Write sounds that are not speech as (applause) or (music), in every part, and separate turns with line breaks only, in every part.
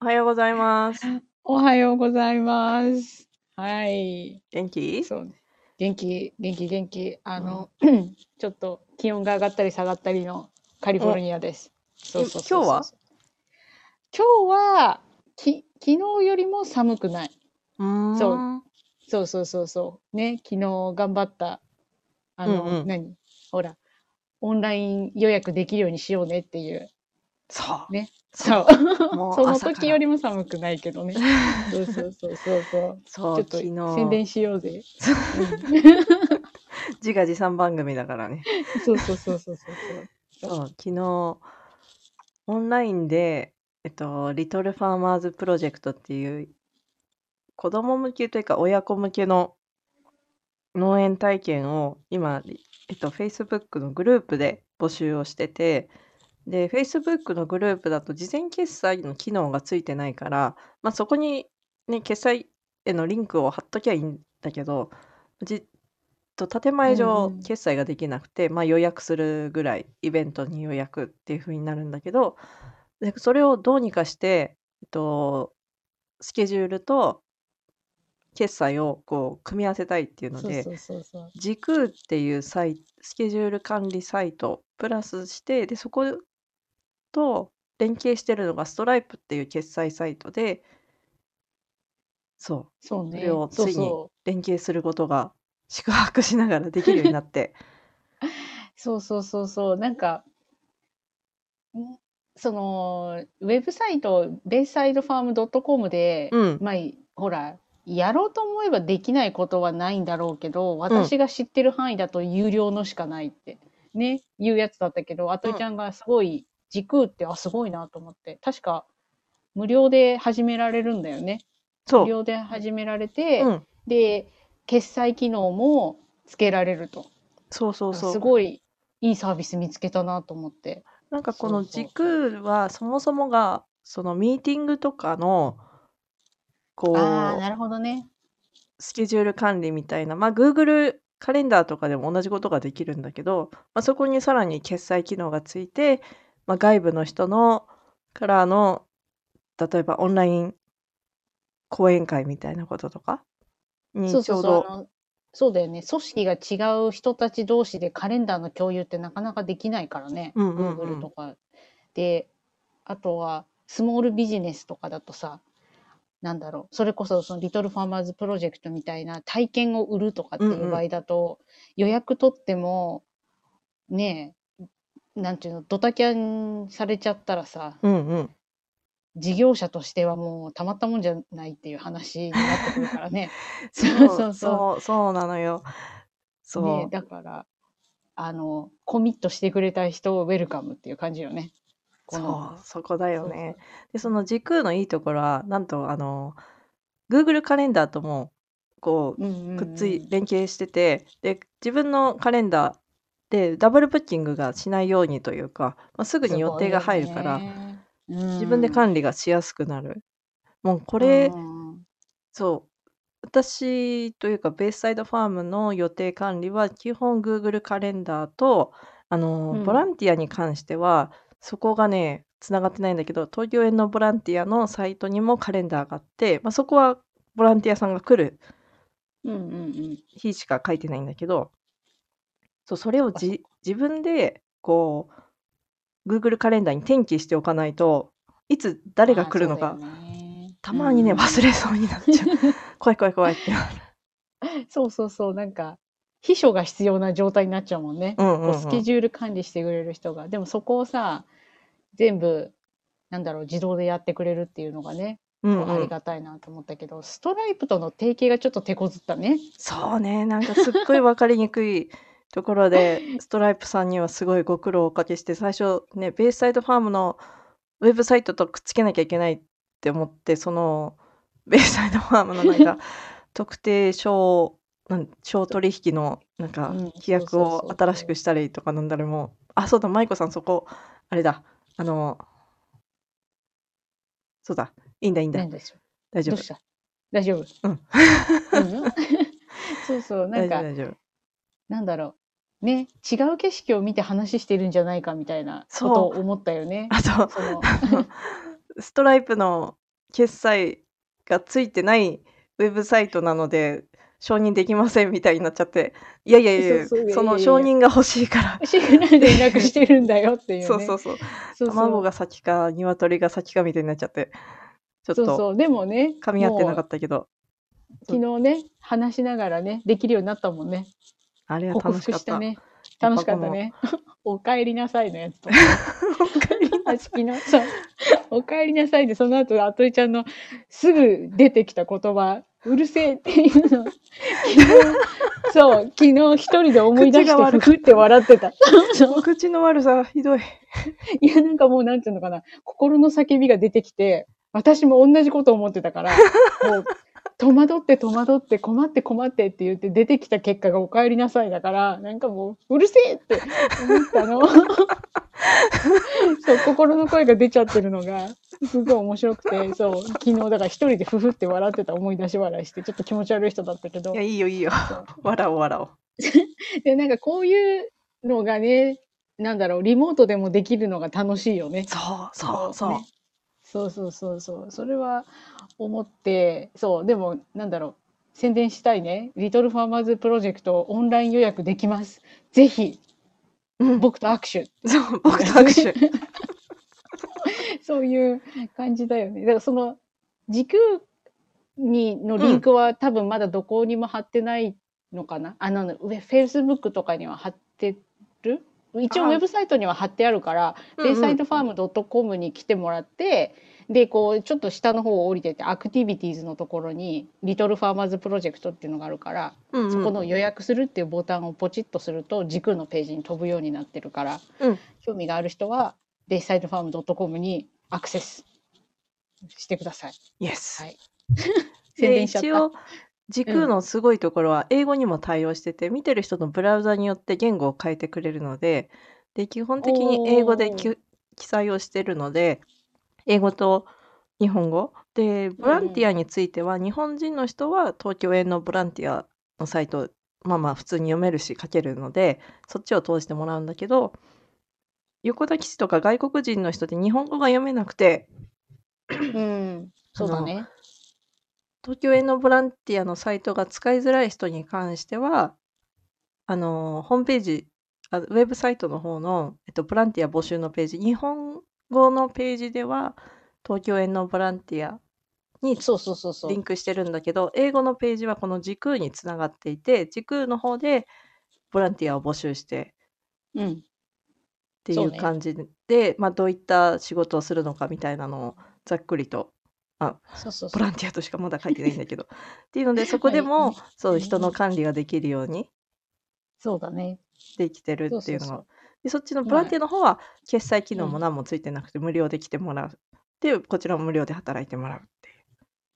おはようござい
(laughs)
ます。
おはようございます。はい。
元気
そう。元気、元気、元気。あの、 (clears throat) ちょっと気温が上がったり下がったりのカリフォルニアです。そうそうそうそう
今
今日はき昨日よりも寒くない。
うーん
そそうそうそうそう。ね、昨日頑張った。あの、
うんうん
何ほら、オンライン予約できるようにしようねっていう。
そう。
ね。
そ
そうう。 (laughs)
もう
その
朝から
時よりも寒くないけどね。そうそうそうそうそう。
(laughs) そう、
ちょっと
昨日、
宣伝しようぜ。
自画自賛番組だからね。
(laughs) そうそうそうそうそうそう
そう、昨日、オンラインで、えっと、リトルファーマーズプロジェクトっていう、子供向けというか親子向けの農園体験を今、えっと、Facebook のグループで募集をしてて、で、Facebook のグループだと事前決済の機能がついてないから、まあ、そこに、ね、決済へのリンクを貼っときゃいいんだけど、じと建前
う
上
んうん
決済ができなくて、まあ、予約するぐらいイベントに予約っていう風になるんだけどでそれをどうにかして、えっと、スケジュールと決済をこう組み合わせたいっていうの
そう
で
そうそうそう
時空っていうサイスケジュール管理サイトプラスしてでそこと連携してるのがストライプっていう決済サイトでそう
そう
そ
ね
れをつい
そう
に
そ
連携することが宿泊しながらできるようになって
(laughs) うそうそうそうそうなんかんそのウェブサイトベイサイドファームドットコムで、
うん
まあほらやろうと思えばできないことはないんだろうけど私が知ってる範囲だと有料のしかないって、ねいうやつだったけどあといちゃんがすごい時空ってあすごいなと思って確か無料で始められるんだよね
そ
無
う、
料で始められて、
うん、
で決済機能もつけられると
そうそうそう
すごいいいサービス見つけたなと思って
なんかこ
そう
の
そう
時空はそもそもがそのミーティングとかのこ
ああ
う
なるほどね
スケジュール管理みたいなまあ Google カレンダーとかでも同じことができるんだけど、まあ、そこにさらに決済機能がついて、まあ、外部の人のからの例えばオンライン講演会みたいなこととかにち
そ
ょ
う
うど
そうそうあのそうだよね組織が違う人たち同士でカレンダーの共有ってなかなかできないからね、
うんうんうん
Google とかであとはスモールビジネスとかだとさなんだろうそれこそそのリトルファーマーズプロジェクトみたいな体験を売るとかって
うん
い
うん
う場合だと、予約取ってもねえなんていうのドタキャンされちゃったらさ
うんうん
事業者としてはもうたまったもんじゃないっていう話になってくるからね。
そう
(laughs) そ
そ
うそうう
そうなのよ。そう、
ね、だからあのコミットしてくれた人をウェルカムっていう感じよね。こ
そ
の
うそこだよね。でその時空のいいところはなんとあの Google カレンダーともこ
そうそううんうんう
うんくっつい連携してて、で自分のカレンダーでダブルブッキングがしないようにというか、まあ、すぐに予定が入るから、
すごいよね
自分で
うん
管理がしやすくなる。もうこれ、
うんうん
そう私というかベースサイドファームの予定管理は基本 Google カレンダーとあの、
うん
ボランティアに関してはそこがねつながってないんだけど東京園のボランティアのサイトにもカレンダーがあって、まあ、そこはボランティアさんが来る
うんうんうん
日しか書いてないんだけどそうそれをじ自分でこう Google カレンダーに転記しておかないといつ誰が来るの
あ
か
ーそうだよね
たまにね
うん
忘れそうになっちゃう (laughs) 怖い怖い怖いってなる
そうそうそうなんか秘書が必要な状態になっちゃうもんね、
うんうんうん
こうスケジュール管理してくれる人がでもそこをさ全部なんだろう自動でやってくれるっていうのがね、
うん
こうありがたいなと思ったけどストライプとの提携がちょっと手こずったね
そうね、なんかすっごい分かりにくいところ
(laughs)
で、ストライプさんにはすごいご苦労をおかけして、最初ね、ベースサイドファームのウェブサイトとくっつけなきゃいけないって思って、そのベースサイドファームのなん
(laughs)
か特定商なん商取引のなんか
うん
規約
そうそうそう
を
そう
新しくしたりとかなんだろうもう、あ、そうだ、舞子さんそこ、あれだ、あの、そうだ、いいんだいいんだ
何、でしょう
大丈
どう
夫。
した大丈夫、
うん (laughs)
うんそうそうな
大丈夫
んか
大丈夫。
なんだろうね違う景色を見て話してるんじゃないかみたいなことを思ったよね
あと、 (laughs)
その
ストライプの決済がついてないウェブサイトなので承認できませんみたいになっちゃっていやいやいやいや
そうそういやいやいや
その承認が欲しいから
シグナルで連絡してるんだよっていう、ね。
そうそうそう
そうそう
卵が先か鶏が先かみたいになっちゃってちょっ
そう
と
そう。でもね、
噛み合ってなか
も
ったけど
う昨日ね、話しながらね、できるようになったもんね。
あれは
克
楽し
服
かっ
した
た。
ね。
やっ
楽
ぱ
しかったね。 (laughs) お帰りなさいの
(laughs)
やつと。あしきの、そう。 (laughs) お帰りなさいで、その後、あといちゃんのすぐ出てきた言葉、うるせえっていう
(laughs)
の。昨日、そう、昨日一人で思い出
口が
して、
悪
ふ
い
ふって笑っ
(laughs)
てた。 (laughs) そう
お口の悪さひどい。
いや、なんかもう、なんていうのかな、心の叫びが出てきて、私も同じこと思ってたから、もう、戸惑って戸惑って困って困ってって言って出てきた結果がお帰りなさいだから、なんかもう、うるせえって思ったの。そう、心の声が出ちゃってるのが、すごい面白くて、そう、昨日だから一人でふふって笑ってた思い出し笑いして、ちょっと気持ち悪い人だったけど
いや、。いいよいいよ。笑おう笑おう。
で、なんかこういうのがね、なんだろう、リモートでもできるのが楽しいよね。
そうそうそう。
ねそうそうそうそうそれは思ってそうでもなんだろう宣伝したいね「リトルファーマーズプロジェクトオンライン予約できますぜひ
うん、
僕と握手
そう僕と握手。」
(laughs) そういう感じだよねだからその時空にのリンクは多分まだどこにも貼ってないのかな、あの上フェイスブックとかには貼ってる一応
あ
ウェブサイトには貼ってあるからベイサイトファームドットコムに来てもらって、でこうちょっと下の方を降りてってアクティビティーズのところに「リトルファーマーズプロジェクト」っていうのがあるから、
うんうん、
そこの予約するっていうボタンをポチッとすると軸のページに飛ぶようになってるから、
うん
興味がある人はベイサイトファームドットコムにアクセスしてください。
イエス。
はい宣
で
伝しちゃっ
一
た
応時空のすごいところは英語にも対応してて、見てる人のブラウザによって言語を変えてくれるのでで基本的に英語でき
お
記載をしてるので英語と日本語でボランティアについては日本人の人は東京園のボランティアのサイトまあまあ普通に読めるし書けるのでそっちを通してもらうんだけど横田基地とか外国人の人で日本語が読めなくて
うん、そうだね。
東京へのボランティアのサイトが使いづらい人に関しては、あの、ホームページ、あウェブサイトの方の、えっと、ボランティア募集のページ、日本語のページでは、東京へのボランティアに
そうそうそうそ
リン
う。
クしてるんだけど、英語のページはこの時空につながっていて、時空の方でボランティアを募集して
うん、
ってい
そう
う
ね
感じで、まあ、どういった仕事をするのかみたいなのをざっくりと
そうそうそ
ボ
う。
ランティアとしかまだ書いてないんだけど。っていうので、
(laughs)
そこで
まあい
も
い、
そうう、
ん
人の管理ができるように
そうだね。
できてる
そう
って
そ
いううの
そう
が。。で、そっちの
今
ボランティアの方は、決済機能
う
も
ん
何もついてなくて、無料で来てもらう。で、こちらも無料で働いてもらうってい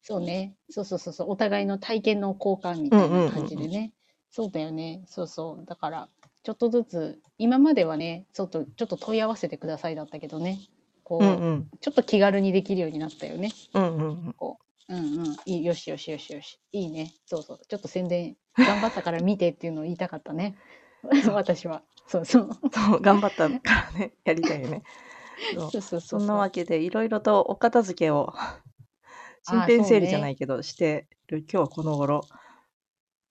そうね。そうそうそうそう。お互いの体験の交換みたいな感じでね。そうだよね。そうそう。だから、ちょっとずつ、今まではね、ちょっと、ちょっと問い合わせてくださいだったけどね。こ
う。
う、
うんうん。
ちょっと気軽にできるようになったよね。
うんうんうん。
うんうん。いいよしよしよしよし。いいね。そうそう。ちょっと宣伝、頑張ったから見てっていうのを言いたかったね。 (laughs) 私は。そうそう。 (laughs)
そう、頑張ったからね、やりたいよね。そう
そう (laughs) そうそ。
そうんなわけで、いろいろとお片付けを、身
あ
辺
そう
整
ね
理じゃないけど、してる今日この頃。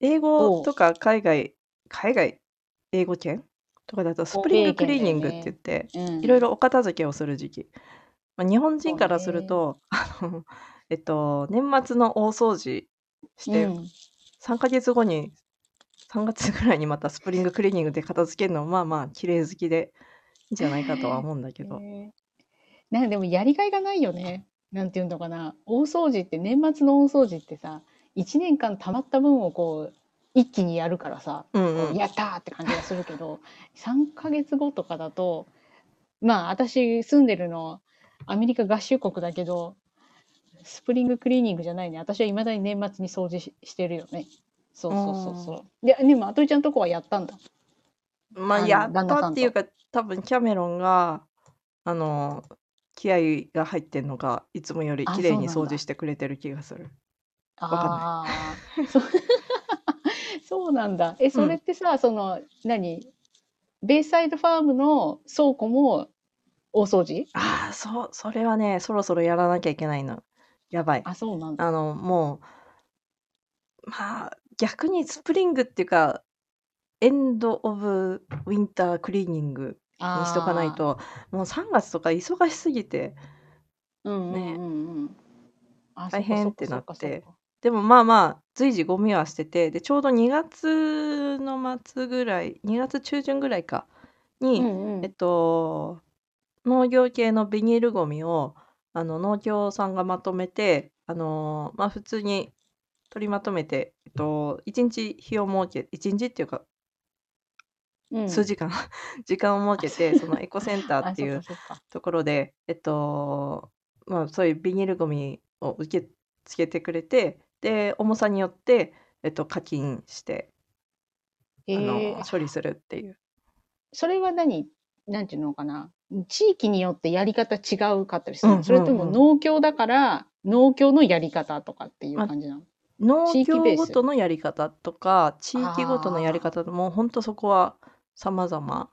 英語とか海外、海外、英語圏とかだと、スプリングクリーニングって言って、
うん
いろいろお片付けをする時期。まあ、日本人からすると、 (laughs) あの、えっと、年末の大掃除して、
うん
3ヶ月後に、3月ぐらいにまたスプリングクリーニングで片付けるのも、まあまあ、綺麗好きでいいんじゃないかとは思うんだけど。
ねなんかでもやりがいがないよね。なんていうのかな。大掃除って年末の大掃除ってさ、1年間たまった分をこう一気にやるからさ、
うん
こ
う。
うんやったーって感じがするけど、3ヶ月後とかだと、まあ私住んでるのアメリカ合衆国だけど、スプリングクリーニングじゃないね。私はいまだに年末に掃除ししてるよね。そうそうそうそう。で、でもあといちゃんとこはやったんだ。
ま
あ
あ、
の
や
旦
っ
那さん
た
と
っていうか、多分キャメロンが、あの、気合が入ってんのが、いつもより
あ
綺麗に
そう
掃除
なんだ
してくれてる気がする。
あ
かん
あー、そう (laughs) そうなんだ。え、それってさ、その、何ベイサイドファームの倉庫も大掃除
ああ、そう、それはね、そろそろやらなきゃいけないの。やばい。
あ、そうなんだ。
あの、もう、まあ、逆にスプリングっていうか、エンド・オブ・ウィンター・クリーニングにしとかないと、もう3月とか忙しすぎて、
あー。うんうん
ね
うんうん。あ
大変ってなっ。
そかそ
て
かそか
でもまあまあ、随時ゴミはしてて、で、ちょうど2月の末ぐらい、2月中旬ぐらいか、に、
そっかうんうん
えっと、農業系のビニールゴミをあの農協さんがまとめて、あのまあ、普通に取りまとめて、えっと、1日日を設け1日っていうか
うん
数時間、 (laughs) 時間を設けてそのエコセンターってい
あ
う
そっかそっか
ところで、えっとまあ、そういうビニールゴミを受け付けてくれてで重さによって、えっと、課金して、
え
あの
ー、
処理するっていう。
それは何なんていうのかな地域によってやり方違うかったりする、
うん
それとも
うんうん
農協だから農協のやり方とかっていう感じなの、
農
地域ベ
業
ース
ごとのやり方とか地域ごとのやり方もう本当そこは様々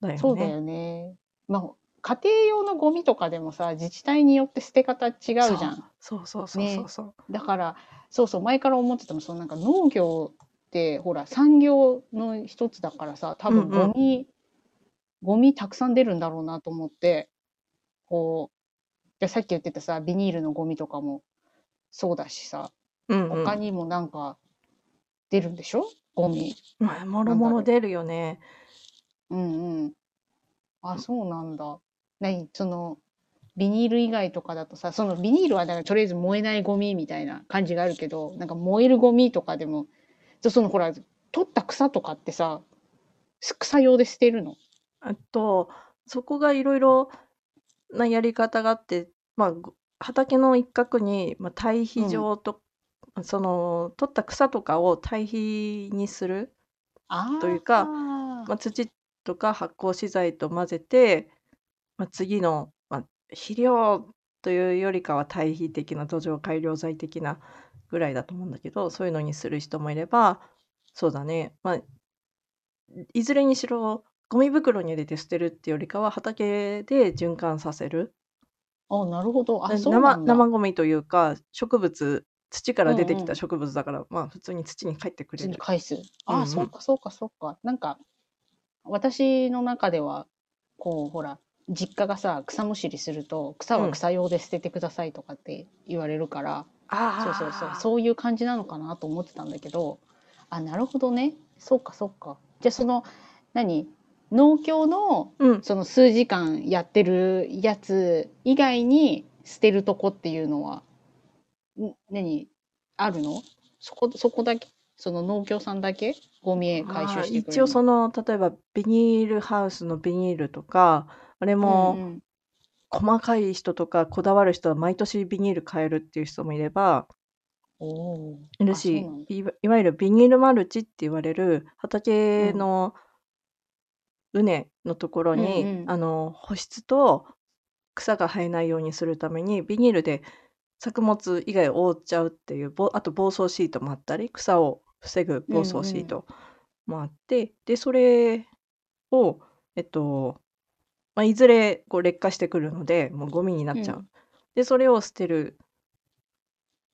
だよね。
そうだよね。まあ家庭用のゴミとかでもさ自治体によって捨て方違うじゃん。
そうそうそうそうそう。
だからそうそう前から思ってたのそのなんか農業ってほら産業の一つだからさ多
うん
分
うん
ゴミ、ゴミたくさん出るんだろうなと思ってこうじゃあさっき言ってたさビニールのゴミとかもそうだしさ
うんうん、
他にもなんか出るんでしょ、ゴミ。
まあもろもろ出るよね。
うんうん。あ、そうなんだ。何その、ビニール以外とかだとさ、そのビニールはなんかとりあえず燃えないゴミみたいな感じがあるけど、なんか燃えるゴミとかでも、じゃそのほら、取った草とかってさ、す草用で捨てるの。
あとそこがいろいろなやり方があって、まあ、ご畑の一角に、まあ、堆肥場と、その取った草とかを堆肥にする、
ああ。
というか
ま
まあ、土とか発酵資材と混ぜて、まあ、次の、まあ、肥料というよりかは堆肥的な土壌改良剤的なぐらいだと思うんだけどそういうのにする人もいればそうだね、まあ、いずれにしろゴミ袋に入れて捨てるっていうよりかは畑で循環させる
あ、なるほど。あ、そうな
生
んだ。
生ゴミというか植物土から出てき
うんう
た
ん
植物だから、まあ普通に土に帰ってくれ
次
る。
返す。
うん
あ
うん
あ、そうかそうかそうか。なんか、私の中では、こう、ほら、実家がさ、草むしりすると、草は草用で捨ててくださいとかって言われるから、
あ
そうそうそう、そういう感じなのかなと思ってたんだけど、あ、なるほどね。そうかそうか。じゃあその、何農協の、
う、うん、
その数時間やってるやつ以外に捨てるとこっていうのは、ん何あるのそこ、そこだけその農協さんだけゴミ回収
まあ
してくれる
一応その例えばビニールハウスのビニールとかあれ
うん
も
うん
細かい人とかこだわる人は毎年ビニール変えるっていう人もいれば
おー
いる
あそう
し
なんだ
いわいわゆるビニールマルチって言われる畑
うん
の畝のところに、
うんうん
あの保湿と草が生えないようにするためにビニールで作物以外を覆っちゃうっていうぼあと防草シートもあったり草を防ぐ防草シートもあって、でそれを、えっとまあ、いずれこう劣化してくるのでもうゴミになっちゃう、
うん
でそれを捨てる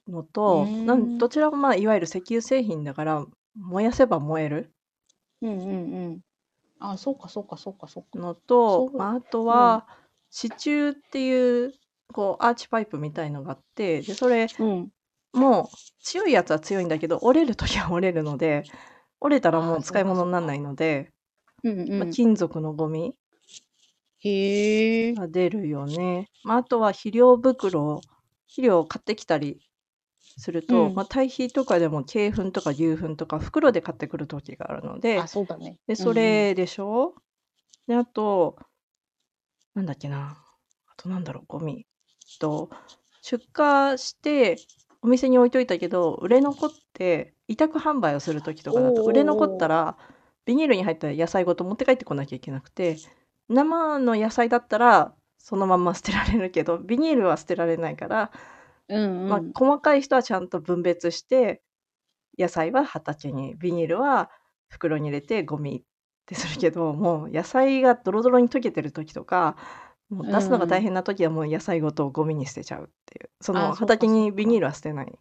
のと
うーん
なんどちらも、まあ、いわゆる石油製品だから燃やせば燃える
うんうんうん。あ、そうかそうかそうかそうか。
のと
そう
まあ、あとは支柱っていうこうアーチパイプみたいのがあってでそれ
うん。
もう強いやつは強いんだけど折れる時は折れるので折れたらも
あ
う
ー
使い物にならないので、
うんう
まあ、
ん。
金属のゴミ
へえ。
が出るよね、まあ、あとは肥料袋肥料を買ってきたりすると、
うん
まあ、堆肥とかでも鶏粉とか牛粉とか袋で買ってくる時があるので
あ、そうだね。
でそ
うんうん、
れでしょ、であとなんだっけなあとなんだろうゴミえっと出荷してお店に置いといたけど売れ残って委託販売をする時とかだ
おー
と
おー
売れ残ったらビニールに入った野菜ごと持って帰ってこなきゃいけなくて生の野菜だったらそのまんま捨てられるけどビニールは捨てられないから、
うんうん。
まあ、細かい人はちゃんと分別して野菜は畑にビニールは袋に入れてゴミってするけどもう野菜がドロドロに溶けてる時とかもう出すのが大変な時はもう野菜ごとゴミに捨てちゃうっていう。その
あそうか
畑にビニールは捨てない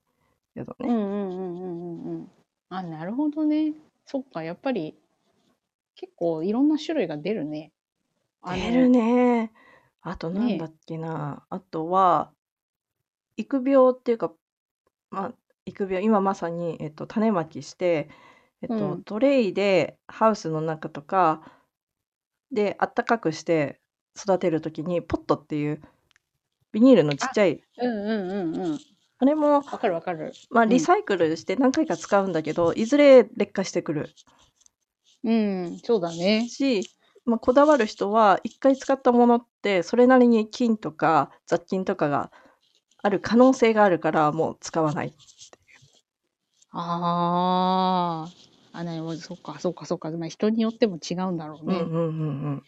けど
うん
ね。
うんうんうんうんうん。あ、なるほどね。そっか、やっぱり結構いろんな種類が出るね。あの
出るね。あとなん
ね
だっけな。あとは、育苗っていうか、まあ、育苗、今まさに、えっと、種まきして、えっ
う
と、
ん。
トレイでハウスの中とかであったかくして育てるときに、ポットっていうビニールのちっ
あ、
ちゃい、
うんうんうんうん。
あれも、
わかるわかる。
まあ、
う
リ
ん。
サイクルして何回か使うんだけど、いずれ劣化してくる
うん、そうだね。
し、まあ、こだわる人は一回使ったものってそれなりに菌とか雑菌とかがある可能性があるからもう使わない。
ああ。あ、なそっか、そっか、そっか。まあ、人によっても違うんだろう
うんう
ね。
んうん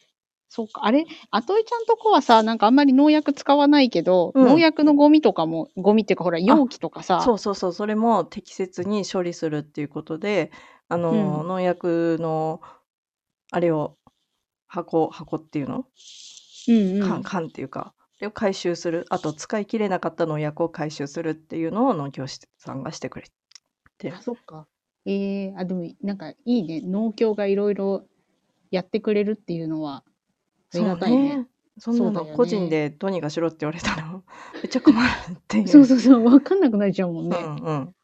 そっか、あれ、あといちゃんとこはさ、なんかあんまり農薬使わないけど、
うん。う
農
ん。
薬のゴミとかも、ゴミっていうか、ほら、
あ、
容器とかさ、
そうそうそう、それも適切に処理するっていうことで、あ
う
の、
ん、
農薬のあれを箱、箱っていうの
うんう
缶、
ん。
缶っていうか、あれを回収する。あと、使い切れなかった農薬を回収するっていうのを農業士さんがしてくれて
あ、
る。
そっか。ええあ、でも、なんかいいね。農協がいろいろやってくれるっていうのは、あり
そ
が
う
たいね。
ね。そん
そ
な
うだ
の
よ
個人
ね。
でどうにかしろって言われたら (laughs) めっちゃ困るってい
そう
う。
そうそう、わかんなくなっちゃうもん
う
ね。
んうん。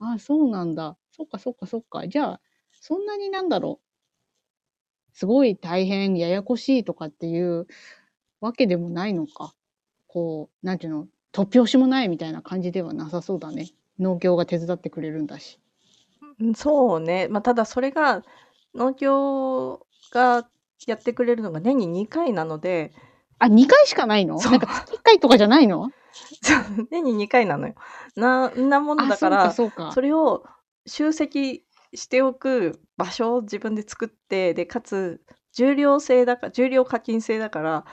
あ、そうなんだ。そっかそっかそっか。じゃあ、そんなになんだろう。すごい大変、ややこしいとかっていうわけでもないのか。こう、なんていうの、突拍子もないみたいな感じではなさそうだね。農協が手伝ってくれるんだし。
うんそうね。まあ、ただそれが農協がやってくれるのが年に2回なので、
あ、2回しかないの
そ
なん
う、
か月1回とかじゃないの
そう年に2回なのよ。な、なもの
あ、
だか、
そうからそう
そ
か。
れを集積しておく場所を自分で作って、で、かつ重量制だから、重量課金制だから、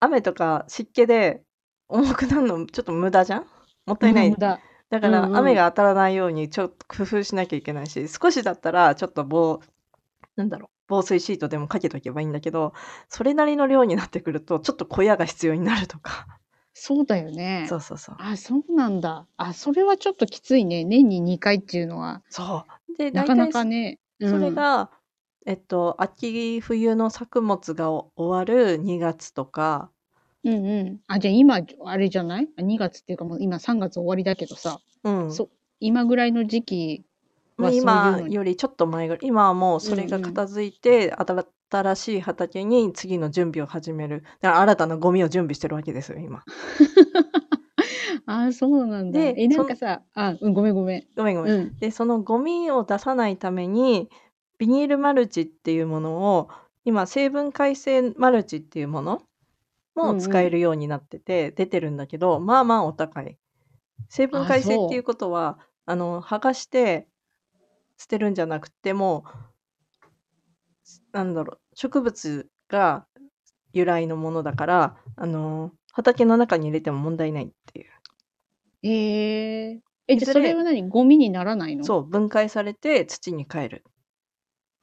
雨とか湿気で重くなるのちょっと無駄じゃんもった
無
いな
駄無
い。
駄。
だか
う
ら
んう
雨
ん。
が当たらないようにちょっと工夫しなきゃいけないし少しだったらちょっと防なんだろう防水シートでもかけとけばいいんだけどそれなりの量になってくるとちょっと小屋が必要になるとか
そうだよね。
そうそうそう
あ、そうなんだ。あ、それはちょっときついね。年に2回っていうのは、
そうで
な
大
かな
体
か
そ
ね。う
それ
ん。
がえっと秋冬の作物が終わる2月とか
うんうん。あ、じゃあ今、あれじゃない ?2 月っていうかもう今3月終わりだけどさ、
うん
そ、今ぐらいの時期
まあ
はそういう
今
のに。
よりちょっと前ぐらい今はもう
う
それ
ん
が
うん。
片付いて新新しい畑に次の準備を始めるだから新たなゴミを準備してるわけですよ今。
ああ、そうなんだ。
で
え、なん
そ
か
の
さ、あ、うん、ごめんごめん。
ごめんごめん。
うん。
で、そのゴミを出さないために、ビニールマルチっていうものを、今、成分解性マルチっていうもの
う
も
ん
使
う
え
ん。
るようになってて、出てるんだけど、まあまあお高い。成分
ああ、
解性っていう
そ
ことは、あの、剥がして捨てるんじゃなくても、なんだろう、植物が由来のものだから、あの、畑の中に入れても問題ないっていう。
う。えー、え、
い
じゃ
ず
あそれ
れ、
は何ゴミにならないの
そう、分解されて土に帰る。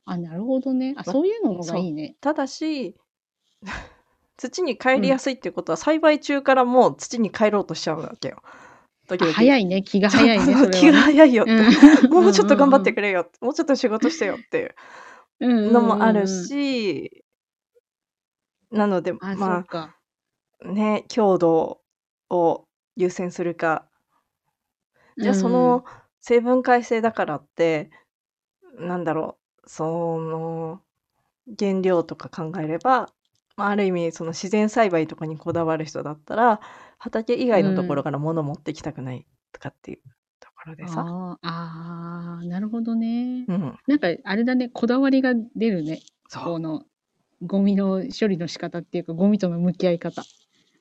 あ、なるほどね。あ、
ま、
そういうのが
そ。
いういね。
ただし、 (laughs) 土に帰
う
りや
ん。
すいってことは栽培中からもう土に帰ろうとしちゃうわけよ。時
あ、
々。
早いね。気が
そう
早い
そ
ね、
うそう
そ
気
れは
が
ね。
早いよっ
うん。
て。
う
もうちょっと頑張っ
んうんう
て
ん。
くれよって。もうちょっと仕事してよっていう
うんう
のもある
んうんうん。
し、なので、
あ、そっ
ま
か。
あね、強度を優先するか。
う
じゃあそ
ん。
の成分解性だからって、なんだろう、その原料とか考えれば、まあ、ある意味その自然栽培とかにこだわる人だったら畑以
う
外のところ
ん。
から物持ってきたくないとかっていうところでさ、
ああ、ああ、なるほどね。
うん、
なんか、あれだね、こだわりが出るね。
そう
この、ゴミの処理の仕方っていうか、ゴミとの向き合い方。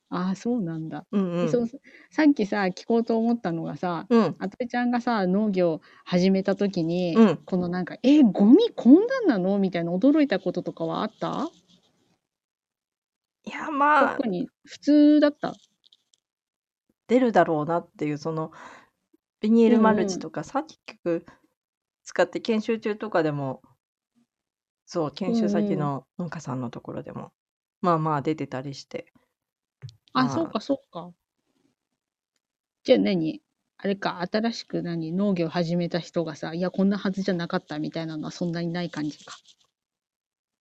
ああ、そうなんだ。
うんう
え、そ
ん
う、さっきさ、聞こうと思ったのがさ、
うん
あとえちゃんがさ、農業始めた時
う
に、
ん
このなんか、え、ゴミこんなんなのみたいな驚いたこととかはあった
いやまあ
特に普通だった。
出るだろうなっていうそのビニー
う
ルマ
ん
ル
う
チ
ん。
とかさ結局使って研修中とかでもそう
う
研修先
んうん。
の農家さんのところでもまあまあ出てたりしてま
あ、
あ
そうか、そうか。じゃあ何あれか、新しく何農業始めた人がさ、いや、こんなはずじゃなかったみたいなのはそんなにない感じか。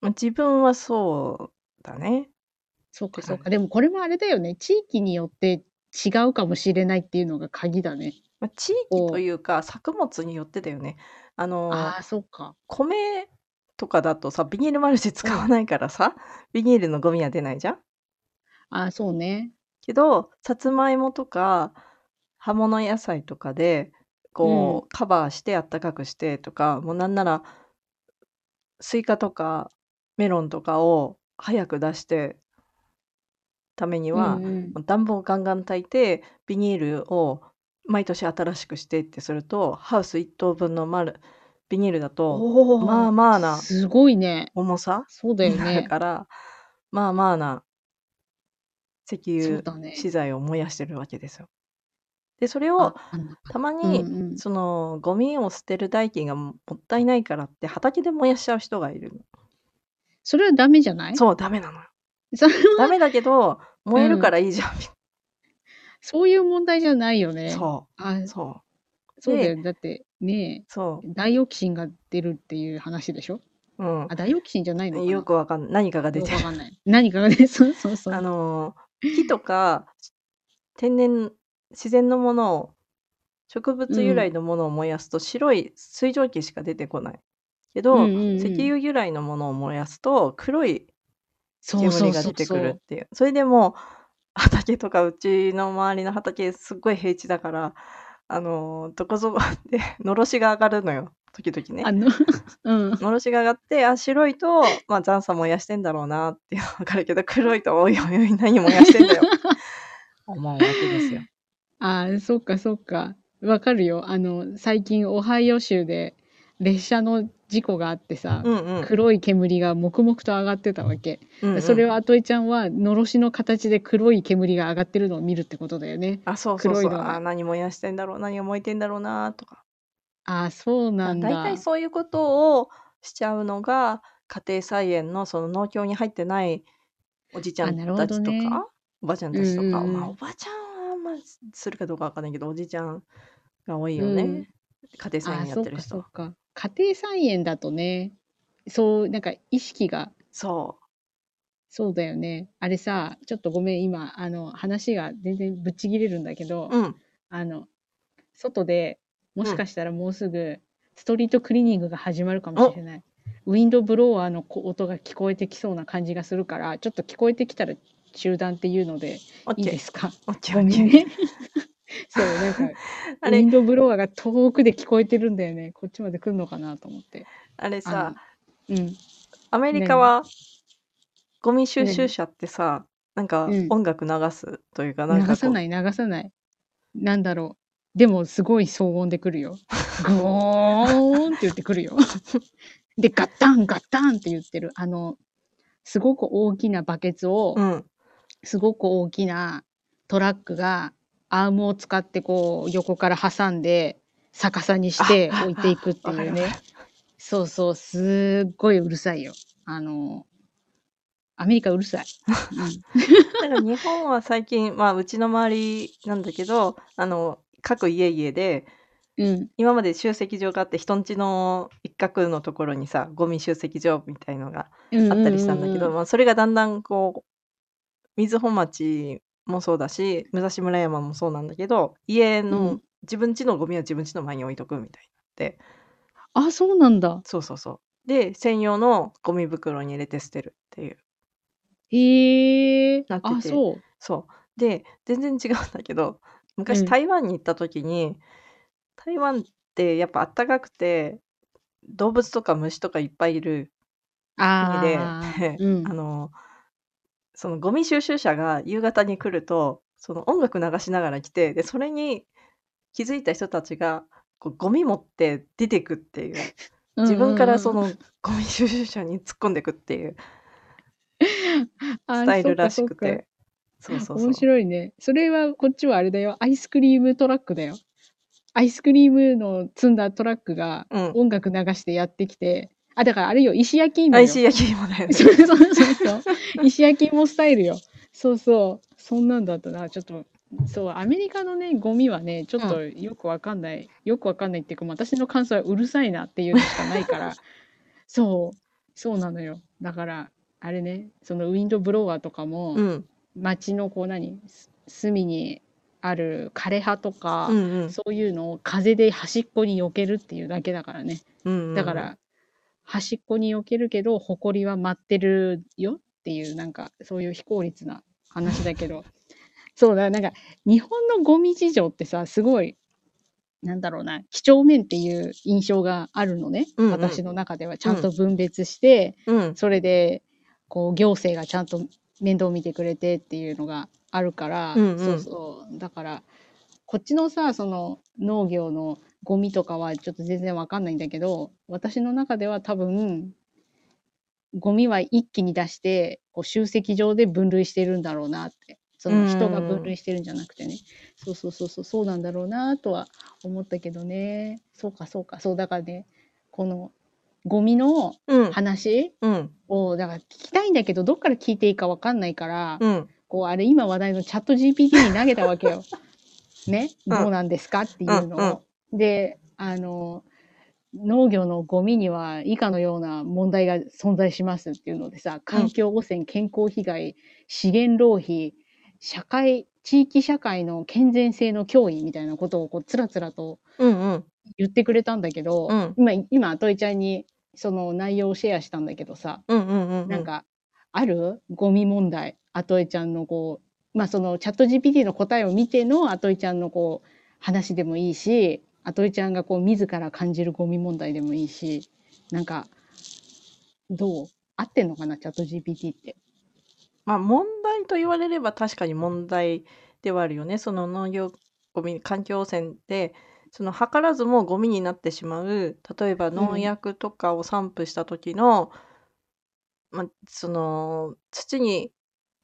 まあ自分はそうだね。
そうか、そう
は
か。でもこれもあれだよね。地域によって違うかもしれないっていうのが鍵だね。
まあ、地域というか作物によってだよね。あの
ああ、そうか。
米とかだとさビニールマルチ使わないからさ、ビニールのゴミは出ないじゃん
ああ、そうね。
けどさつまいもとか葉物野菜とかでこう、カバーしてあったかくしてとかもうなんならスイカとかメロンとかを早く出してためには、
うんうん
もう暖房ガンガン炊いてビニールを毎年新しくしてってするとハウス1棟分の丸ビニールだと
おー
まあまあな
すごいね。
重さ
そうだよ
だ
ね。
からまあまあな石
そう
油
だね。
資材を燃やしてるわけですよ。でそれ
あ
を
あんな
たま
うん
に、
うん。
そのゴミを捨てる代金がももったいないからって畑で燃やしちゃう人がいる
それはダメじゃない
そうダメなのよ
それは
(laughs) ダメだけど燃えるからいいじゃん、みたい
(laughs) そういう問題じゃないよ
な
ね。
そ
あ
うそう
そうだよ。だってね
そ
ダイオキシンが出るっていう話でしょ
うう
あ、ダイオキシンじゃないのか
ん
な
よくわかんない何かが出
よ
て
く
る
わかんない。何かがね、 (laughs) そうそうそう。
あのー木とか天然自然のものを植物由来のものを燃やすと白い水蒸気しか出てこないけど、
うんうんうん
石油由来のものを燃やすと黒い
そうそ
煙
う
が出
そう
て
そ
くる
う。
っていうそれでもう (laughs) 畑とかうちの周りの畑すっごい平地だからあのーどこぞこで (laughs) のろしが上がるのよ時々ね
あ。の、 (laughs) うん。
のろしが上がってあ白いと、まあ、残さ燃やしてんだろうなっていうのは分かるけど黒いとおいおいおい何燃やして
(laughs)
んだよ思うわけですよ。
あー、そうかそうか。わかるよ。あの、最近オハイオ州で列車の事故があってさ、
うんうん
黒い煙が黙々と上がってたわけ。
うんうん
それをアトイちゃんは、のろしの形で黒い煙が上がってるのを見るってことだよね。
あそうそう
黒い
そう
のが
あ何燃やしてんだろう何が燃えてんだろうなとか
ああ、そう
だ
なん
いた
だ
い。そういうことをしちゃうのが家庭菜園のその農協に入ってないおじいちゃ
あ
ん
なるほ
た
ど
ちとか、
ね
おばあちゃんたちとか、
うんうんうん
まあ、おばあちゃんはあんまするかどうかわかんないけどおじいちゃんが多いよね、
うん
家庭菜
ああ、
園やっ
そう
てる
か
人
そう
は
か。家庭菜園だとね、そう、なんか意識が、
そ
そうだよね。あれさ、ちょっとごめん、今、あの、話が全然ぶっちぎれるんだけど、
ううん
あの、外でも
う
し
ん
かしたらもうすぐ、ストリートクリーニングが始まるかもしれない。ウィンドブロワーのこ音が聞こえてきそうな感じがするから、ちょっと聞こえてきたら中断っていうので、
オッ
いい
ケ
で
ー
すか
オッケー
ご
オ
め
ッケ
ん
ー
ね。そう、なんか、
(laughs) あ
ウィ
れ
ンドブロワーが遠くで聞こえてるんだよね。こっちまで来るのかなと思って。
あれ
あ
さ
の、うん。
アメリカはゴミ収集車ってさなんか
うん
音楽流すというかなん
流
か
さ
こう
ない、流さない。なんだろう。でも、すごい騒音で来
(laughs)
るよ。グオーンって言ってくるよ。 (laughs) で、ガッタン、ガッタンって言ってる。あの、すごく大きなバケツを、
うん
すごく大きなトラックが、アームを使ってこう、横から挟んで、逆さにして置いていくってい
わ
う
かるわ
ね。そうそう、すっごいうるさいよ。あの、アメリカうるさい。
(laughs) なんか日本は最近、まあ、うちの周りなんだけどあの各家々で
うん。うん
今まで集積場があって人んちの一角のところにさゴミ集積場みたいのが
うんうんうん
あ
うん。
ったりしたんだけど、まあ、それがだんだんこう瑞穂町もそうだし武蔵村山もそうなんだけど家の、
うん
自分家のゴミは自分家の前に置いとくみたいになって
あ、そうなんだ。
そうそうそうで専用のゴミ袋に入れて捨てるっていう
へえ。
なって
あ、
て
そう。
そうで全然違うんだけど昔
うん
台湾に行った時に、台湾ってやっぱあったかくて動物とか虫とかいっぱいいる国で
あ
(laughs)
あ。
で
うん
あ。のそのゴミ収集車が夕方に来るとその音楽流しながら来てでそれに気づいた人たちがこうゴミ持って出てくっていう自分からそ
うんうん
のゴミ収集車に突っ込んでくっていう
うん、
ス
あ
タイ
そ
ル
うからそ
し
う
く
か。
てそうそうそう
面白いね。それはこっちはあれだよ。アイスクリームトラックだよ。アイスクリームの積んだトラックが
うん
音楽流してやってきて、あ、だからあれよ、石焼き芋
美
よ。 (laughs)
味しい焼き芋だよね
そうそうそうそう。石焼き芋スタイルよ。そうそう。そんなんだったな。ちょっと、そう、アメリカのね、ゴミはね、ちょっとよくわかんない。よくわかんないっていうか、まあ私の感想はうるさいなっていうのしかないから。そう、そうなのよ。だから、あれね、そのウィンドブロワーとかも
う、ん
街のこう何、す隅にある枯れ葉とか
う、んうん
そういうのを風で端っこに避けるっていうだけだからね。
うんうん
だから、端っこに避けるけど、埃は舞ってるよっていう、なんか、そういう非効率な話
(laughs)
だけど、そうだ、なんか、日本のゴミ事情ってさ、すごい、なんだろうな、几帳面っていう印象があるのね、
うんうん
私の中では、ちゃんと分別して、
うん
それで、こう、行政がちゃんと面倒見てくれてっていうのがあるから、
うんうん
そうそう、だから、こっちのさ、その農業のゴミとかはちょっと全然わかんないんだけど、私の中では多分、ゴミは一気に出して、こう集積場で分類してるんだろうなって。その人が分類してるんじゃなくてね。そうそうそうそう、そうなんだろうなとは思ったけどね。そうかそうか。そう、だからね、このゴミの
うん
話
うん
を、だから聞きたいんだけど、どっから聞いていいかわかんないから、
うん
こう、あれ今話題のチャット GPT に投げたわ
(laughs)
けよ。ね、
うん
どうなんですかっていうのを。
うんうん
で、あの、農業のゴミには以下のような問題が存在しますっていうのでさ、環境汚染、健康被害、資源浪費、社会、地域社会の健全性の脅威みたいなことをこうつらつらと
うんうん
言ってくれたんだけど、
うん
今、今、アトイちゃんにその内容をシェアしたんだけどさ、
うんうんうん
なんか、あるゴミ問題。アトエちゃんのこう、まあそのチャット GPT の答えを見てのアトエちゃんのこう、話でもいいし、アトエちゃんがこう、自ら感じるゴミ問題でもいいし、なんか、どう合ってんのかな、チャット GPT って。
まあ問題と言われれば確かに問題ではあるよね。その農業ゴミ環境汚染でその図らずもゴミになってしまう例えば農薬とかを散布した時の、まあ、その土に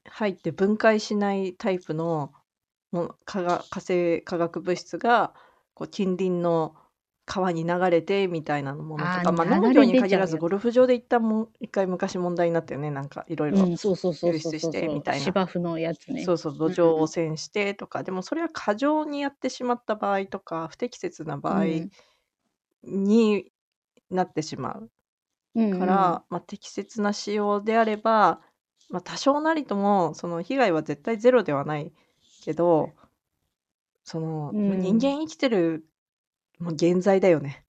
入って分解しないタイプのもう化が化成化学物質がこう近隣の川に流れてみたいなものと
あ
か
ー
まあ、
流れ
農業に
出ち
限
ゃ
ら
うやつ
ずゴルフ場で一旦も一回昔問題になったよねなんかいろいろ。
うん、そうそうそう
流
そう
出
そ
し
う
てみたいな
芝生のやつね。
そうそう土壌を汚染してとか、でもそれは過剰にやってしまった場合とか不適切な場合
うん
になってしまう
うんう
か
ん
ら、まあ、適切な使用であれば、まあ、多少なりともその被害は絶対ゼロではないけどその、
うん
人間生きてるもう現在だよね。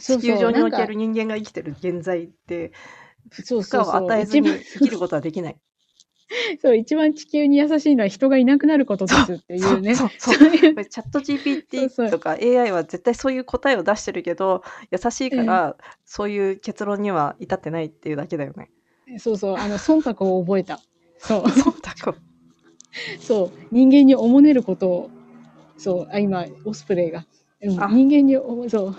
そ
地
うそう
球上におけ
なんか
る人間が生きてる現在って
そう
負
そう
荷
そう
を与えずに
一番
生きることはできない。
そう、一番地球に優しいのは人がいなくなることですっていうね。
そうそうそう
そういう (laughs)
やっぱりチャット
そう
GPT
そう
とか AI は絶対そういう答えを出してるけど優しいからそういう結論には至ってないっていうだけだよね。
そうそう、あの、忖度を覚えた。そう。
そうだこ
そう、人間におもねることを、そう、あ、今、オスプレイが。うん
あ
人間におも、そう、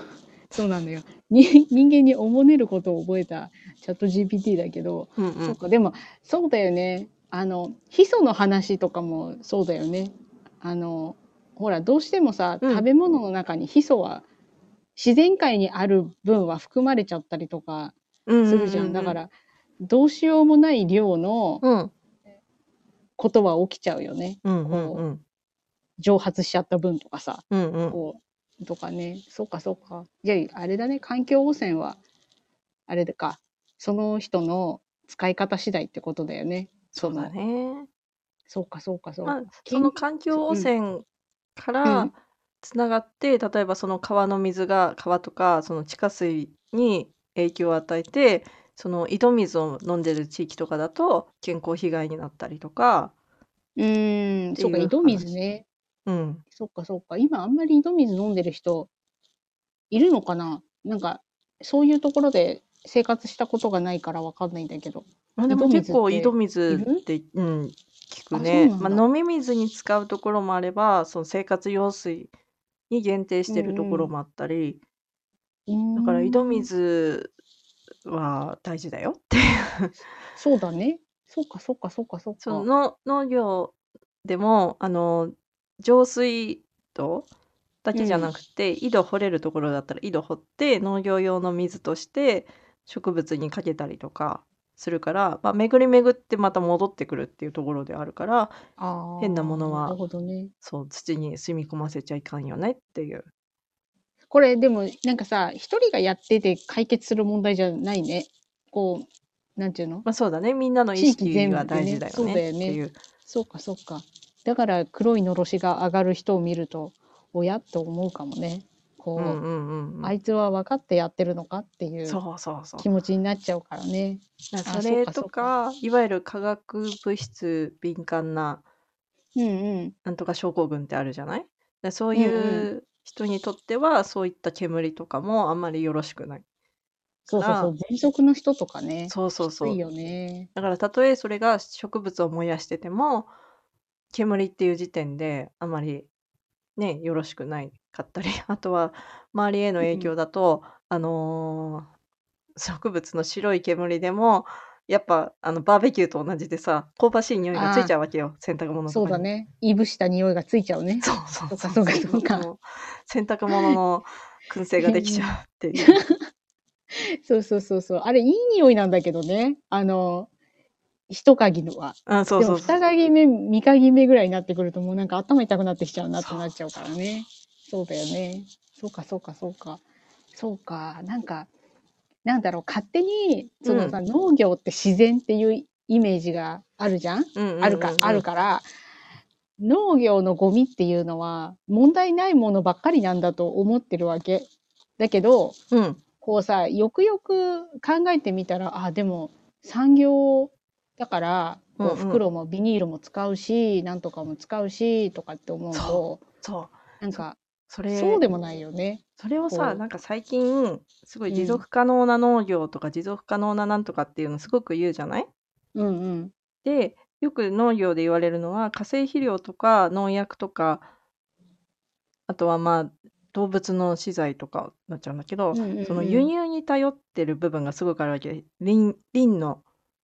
そうなんだよ。に人間におもねることを覚えたチャット GPT だけど、
うんう
そうんか、でも、そうだよね。あの、ヒ素の話とかもそうだよね。あの、ほら、どうしてもさ、
うん
食べ物の中にヒ素は、自然界にある分は含まれちゃったりとか
うん
するじゃん。だか。ら、どうしようもない量の
うん
ことは起きちゃうよね。
うんうんうん
蒸発しちゃった分とかさ、
うんうん
こう、とかね。そうか、そうか。じゃあ、あれだね、環境汚染は、あれか、その人の使い方次第ってことだよね。
そうだね。
そうか、そうか、そうか。
まあその環境汚染か
う
ら
ん
つながって例えばその川の水が川とかその地下水に影響を与えてその井戸水を飲んでる地域とかだと健康被害になったりとか。
うーん、そうか、
っていう
井戸水ね。
うん
そうか、そうか。今、あんまり井戸水飲んでる人、いるのかななんか、そういうところで生活したことがないからわかんないんだけど。
まあ、でも
井戸水って
結構井戸水
いる
って、うん、聞くね
あそうなんだ
まあ、飲み水に使うところもあればその生活用水に限定してるところもあったり、だから井戸。水は大事だよっていう
そうだね。そうか、そうか、そうか、そうか。
その農業でもあの上水道だけじゃなくて、井戸掘れるところだったら井戸掘って農業用の水として植物にかけたりとかするから、まあ、巡り巡ってまた戻ってくるっていうところであるから
あー
変なものは
なるほどね。
そう土に住み込ませちゃいかんよねっていう
これでもなんかさ一人がやってて解決する問題じゃないね。こうなんていうの
まあそうだねみんなの意
地域
識
全部
が
でね
大事だよ
そうだ
ね
よ
っ
ね
ていう
そうかそうか。だから黒いのろしが上がる人を見るとおやと思うかもね。こ
う
う、
んうんうん
あ
うん
いつは分かってやってるのかっていう
そうそうそう
気持ちになっちゃうからね。
だから
あ
それ
そ
と
っ
か
かそっ
いわゆる化学物質敏感な
うんうん。
なんとか症候群ってあるじゃないだからそういうう人にとってはそういった煙とかもあんまりよろしくない
そうそうそう。喘息の人とかね。
そうそうそう
きついよね。
だからたとえそれが植物を燃やしてても煙っていう時点であまりねよろしくないかったり (laughs) あとは周りへの影響だと、あのー植物の白い煙でもやっぱあのバーベキューと同じでさ香ばしい匂いがついちゃうわけよ洗濯物とかに
そうだね。いぶした匂いがついちゃう
(laughs)
ね。
そうそうそう
そうかそうか
もう洗濯物の燻製ができちゃうっていう
(laughs) そうそうそうそう。あれいい匂いなんだけどね。あの一鍵のは。
あそう
で
そ
も
うそう
二鍵目三鍵目ぐらいになってくるともうなんか頭痛くなってきちゃうなってなっちゃうからねそうだよねそうかそうかそうかそうかなんかなんだろう勝手にそのさ、農業って自然っていうイメージがあるじゃ
うん
ん
うんうんうん
あるか、あるから農業のゴミっていうのは問題ないものばっかりなんだと思ってるわけだけど
うん
こうさよくよく考えてみたらあでも産業だからこ
うんう
うん袋もビニールも使うし、なんとかも使うしとかって思うと
そそう
なんか
それ
そうでもないよね。
それを
こ
さ
う
なんか最近すごい
うん
持続可能な農業とか持続可能ななんとかっていうのすごく言うじゃない
うんうん
でよく農業で言われるのは化成肥料とか農薬とかあとはまあ動物の資材とかになっちゃうんだけど、
うんうんうん
その輸入に頼ってる部分がすごくあるわけ林林の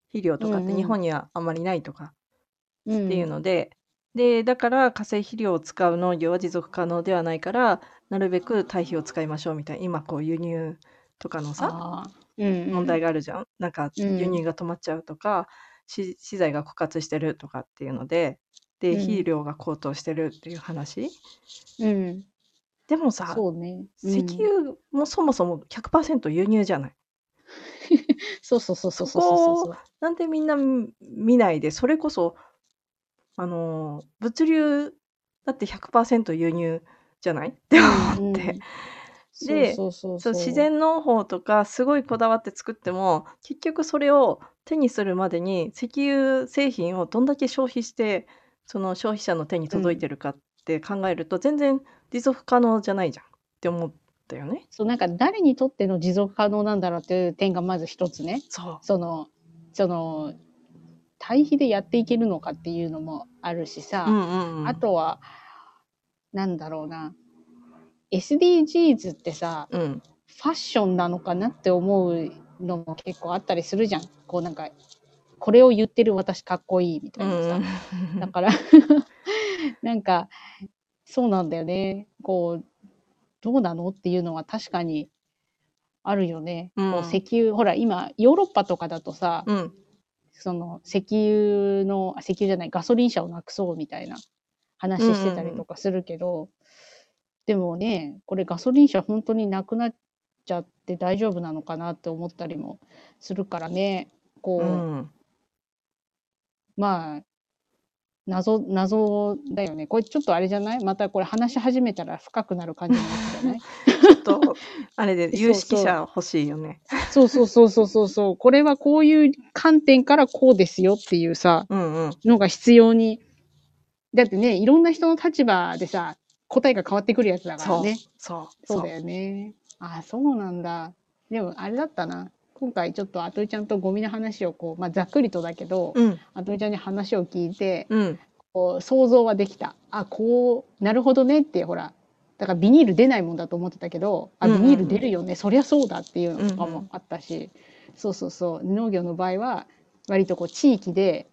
肥料とかっ
うん
て
うん
日本にはあんまりないとか
うん
っていうので、でだから化成肥料を使う農業は持続可能ではないからなるべく堆肥を使いましょうみたいな今こう輸入とかのさ
あーうんうん
問題があるじゃん、なんか
うん
輸入が止まっちゃうとか、し資材が枯渇してるとかっていうのでで
うん
肥料が高騰してるっていう話、
うん
でもさ、
そうね、うん
石油もそもそも100%輸入じゃない
そうそうそうそうそうそうそう
なんでみんな見見ないでそれこそあのー物流だって100%輸入じゃないって思って、
うんうん
で
そうそ
そ
うそうう
自然農法とかすごいこだわって作っても結局それを手にするまでに石油製品をどんだけ消費してその消費者の手に届いてるかって考えると全然持続可能じゃないじゃんって思ったよね。
そうなんか誰にとっての持続可能なんだろうっていう点がまず一つね。
そう
そのその対比でやっていけるのかっていうのもあるし
う
さ、
んうんうん、
あとはなんだろうな SDGs ってさ
うん
ファッションなのかなって思うのも結構あったりするじゃんこうなんかこれを言ってる私かっこいいみた
う
い
ん
な
う
さ、
ん
だから (laughs) なんかそうなんだよねこうどうなのっていうのは確かにあるよね、
うん
こう石油ほら今ヨーロッパとかだとさ、
うん
その石油のあ石油じゃないガソリン車をなくそうみたいな話してたりとかするけど、でもねこれガソリン車本当になくなっちゃって大丈夫なのかなって思ったりもするからねこ
う
う、
ん
まあ謎謎だよねこれちょっとあれじゃないまたこれ話し始めたら深くなる感じになってじゃない
と、 (laughs) あれで有識者欲しいよね。
そうそうそうそうそうそうこれはこういう観点からこうですよっていうさ
うんうん。
のが必要にだってねいろんな人の立場でさ答えが変わってくるやつだから
そう
ね。
そう。
そうだよねあそうなんだでもあれだったな今回ちょっとアトイちゃんとゴミの話をこう、まあ、ざっくりとだけど、
うん
アトイちゃんに話を聞いて
うん
こう想像はできたあこうなるほどねってほらだからビニール出ないもんだと思ってたけどあ
うんう
ビ
んうん
ニール出るよね、そりゃそうだっていうのとか
うんう
も
ん
あったし、そうそうそう農業の場合は割とこう地域で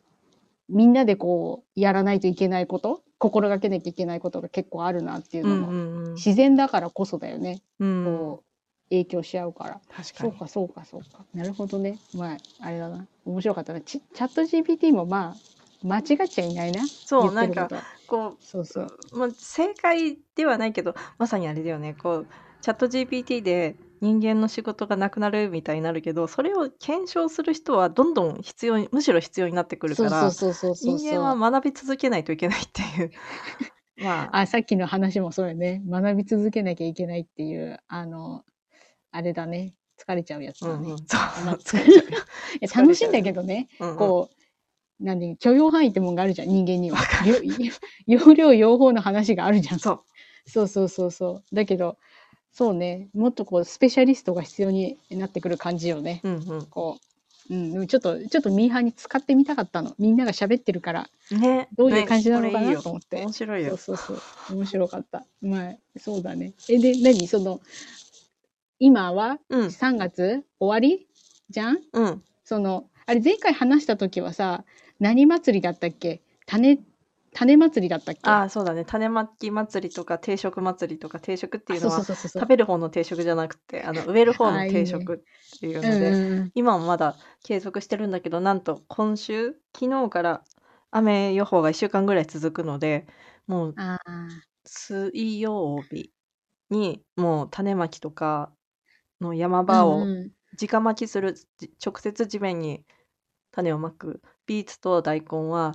みんなでこうやらないといけないこと心がけなきゃいけないことが結構あるなっていう
う
の
ん
も、
うん
自然だからこそだよね、
うん。
こう影響し合うから。
確か
そう
に。
かそうかそうか。なるほどね。まああれだな。面白かったな。チチャット GPT もまあ間違っちゃいないな。
そう
言ってる
なん
ことは
こ
そうそう。
う、まあ、正解ではないけど、まさにあれだよね。こう、チャット GPT で人間の仕事がなくなるみたいになるけど、それを検証する人はどんどん必要に、むしろ必要になってくる
そ
か
うそ
ら
う、そうそうそう。
人間は学び続けないといけないっていう。 (laughs) まあ、
あさっきの話もそうよね。学び続けなきゃいけないっていうあのあれだね。疲れちゃうやつ
う
だ
ん
ね。
うん、そう (laughs)
まあ
そう、疲れちゃうよ。
いや
疲れちゃう
楽しいんだけどね。
うんうん
こう、なんで、許容範囲ってもんがあるじゃん、人間には。よ (laughs) 容量、用法の話があるじゃん。
そう。
そうそうそうそう。だけど、そうね、もっとこう、スペシャリストが必要になってくる感じよね。
うん
こう、うん、でもちょっと、ちょっとミーハーに使ってみたかったの。みんなが喋ってるから、
うん。ね。
どういう感じなの
ねこ
か
れいい
な
よ
と思って。
面白い
そう
よ。
そうそう。面白かった。まあ、そうだね。え、で、何その、今は
うん。
3月終わりじゃん
うん。
そのあれ前回話した時はさ何祭りだったっけ種種祭りだったっけ
ああ、そうだね。種まき祭りとか定食祭りとか定食っていう
そ
の
うそ
は
うそうそうそう
食べる方の定食じゃなくて、あの植える方
あ
の
ー
定
いい
食っていうの
うん
で、
うんうん
今もまだ継続してるんだけど、なんと今週、昨日から雨予報が1週間ぐらい続くので、もう
あ
水曜日にもう種まきとかの山
あ
場を
うんうん
直巻きするじ直接地面に種をまくビーツと大根は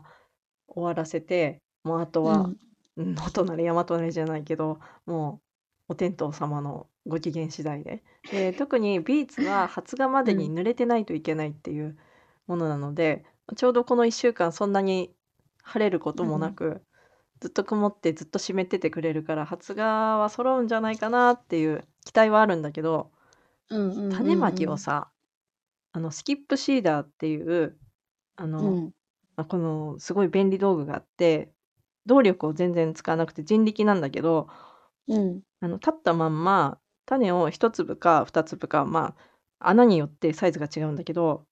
終わらせてもうあとは
う
う
ん
ん野となり山となりじゃないけどもうお天道様のご機嫌次第でで特にビーツは発芽までに
う
濡れてないといけないっていうものなので、ちょうどこの1週間そんなに晴れることもなく、ずっと曇ってずっと湿っててくれるから発芽は揃うんじゃないかなっていう期待はあるんだけど。
うんうんうん
種まきをさ、あのスキップシーダーっていうあ
う
の、
ん
まあこのすごい便利道具があって動力を全然使わなくて人力なんだけど
うん
あの立ったまんま種を1粒か2粒かまあ穴によってサイズが違うんだけど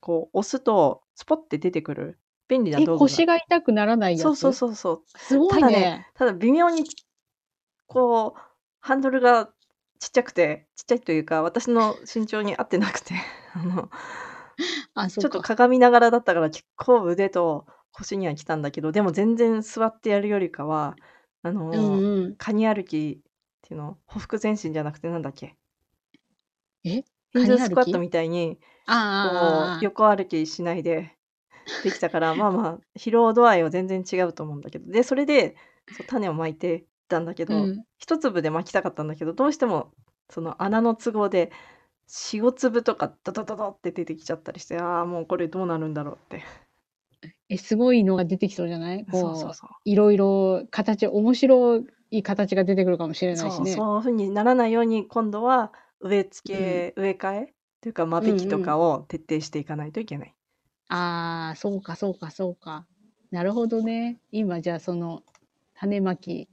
こう押すとスポッて出てくる便利な
え
道具が
腰が痛くならないやつ
そうそうそうそう
すごい
ただ
ね
ただ微妙にこうハンドルがちっちゃくてちっちゃいというか私の身長に合ってなくて (laughs) あの
あそ
ちょ
う
っと
か
鏡ながらだったから結構腕と腰には来たんだけどでも全然座ってやるよりかはあのー、
うんうん
カニ歩きっていうのほふ前進じゃなくてなんだっけ
え
ヒンドゥー
カニ歩き
スクワットみたいにこ
ああああ
う
あ
横歩きしないでできたから (laughs) まあまあ疲労度合いは全然違うと思うんだけどでそれでそう種をまいていったんだけど、
うん
一粒で巻きたかったんだけどどうしてもその穴の都合で45粒とかドドドドって出てきちゃったりしてああもうこれどうなるんだろうって
えすごいのが出てきそうじゃないこう
そうそうそう
いろいろ形面白い形が出てくるかもしれないし
そう
ね
そういうふうにならないように今度は植え付け、植え替えというか間引きとかを徹底していかないといけない。
ああ、そうか、そうか、そうか。なるほどね。今、じゃあ、その、種まき、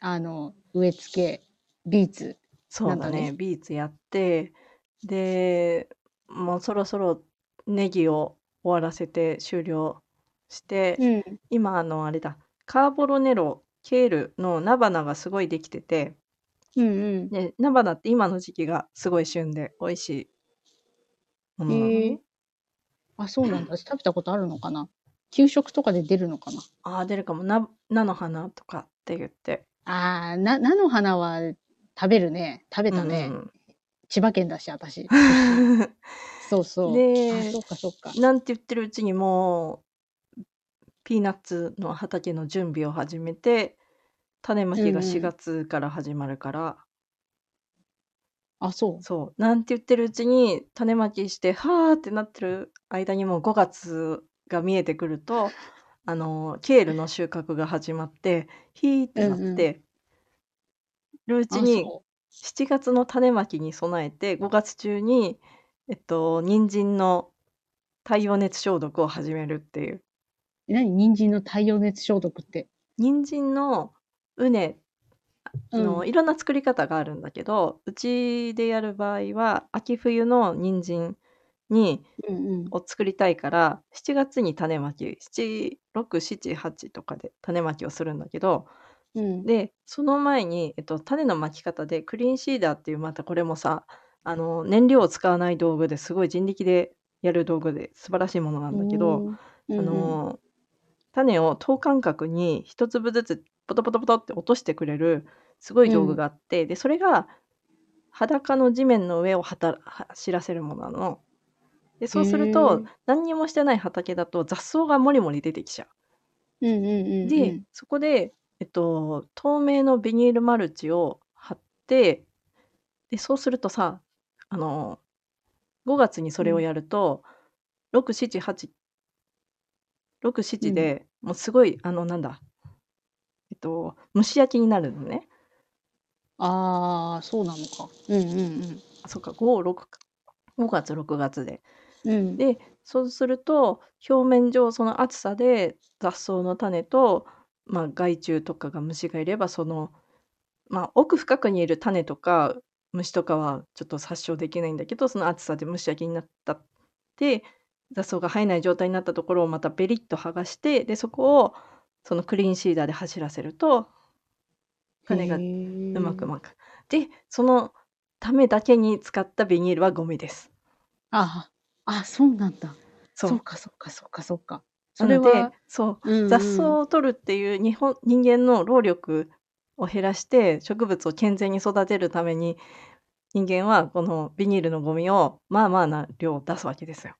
あの、植え付け、ビーツ。
そうだ
なんか
ね
ね
ビーツやってでもうそろそろネギを終わらせて終了して、
うん。
今あのあれだカーボロネロケールの菜花がすごいできてて
うん
で菜花って今の時期がすごい旬で美味しいも
うん。
のなのね、
へえ。あ、そうなんだ。私食べたことあるのかな給食とかで出るのかな
ああ出るかもな菜の花とかって言って
ああ、な、菜の花は食べるね。食べたね。
うん
千葉県だ
(laughs)
し、私。
うんうん
そうそう。
で
あ、そうか、そうか。
なんて言ってるうちにもうピーナッツの畑の準備を始めて種まきが
うんうん
4月から始まるから、
あ、そう。
そうなんて言ってるうちに種まきしてはーってなってる間にもう5月が見えてくるとあのケールの収穫が始まってヒーってなってるうち
あ、
に、
そ
7月の種まきに備えて5月中にえっと人参の太陽熱消毒を始めるっていう
う。何人参の太陽熱消毒って。
人参の畝
うん
のいろんな作り方があるんだけど、うちでやる場合は秋冬の人参に
うんうん。
を作りたいから7月に種まき76778とかで種まきをするんだけど
うん。
でその前に、えっと、種のまき方でクリーンシーダーっていうまたこれもさあの、燃料を使わない道具ですごい人力でやる道具で素晴らしいものな
うん
だけど、
んう
あ
んうん
の、種を等間隔に一粒ずつポトポトポトって落としてくれるすごいう道具
ん
があって、で、それが裸の地面の上をはた走らせるものなの。で、そうする
へ
と、
え
何にもしてない畑だと雑草がもりもり出てきちゃう。
うんうんうんう
で、
ん
そこで、えっと、透明のビニールマルチを貼って、で、そうするとさ、あの、5月にそうれを
ん
やると、6、7、8、6、
う
7
ん
でもうすごい、あの、なんだ、えっと、蒸し焼きになるのね。
ああそうなのかうんうん
あ、そっか、5、6か、5月、6月で。
うんうん
で、そうすると、表面上、その暑さで雑草の種と、まあ、害虫とかが虫がいれば、その、まあ、奥深くにいる種とか虫とかはちょっと殺傷できないんだけどその暑さで蒸し焼きになったって雑草が生えない状態になったところをまたベリッと剥がしてでそこをそのクリーンシーダーで走らせると
へ
種がうまくう
え
まくでそのためだけに使ったビニールはゴミです
ああそうなんだそう
そ
かそうかそうかそうか
う
そ
な
れ
ので
は
そう
う
雑
んう
草
ん
を取るっていう日本人間の労力を減らして植物を健全に育てるために人間はこのビニールのゴミをまあまあな量出すわけですよ。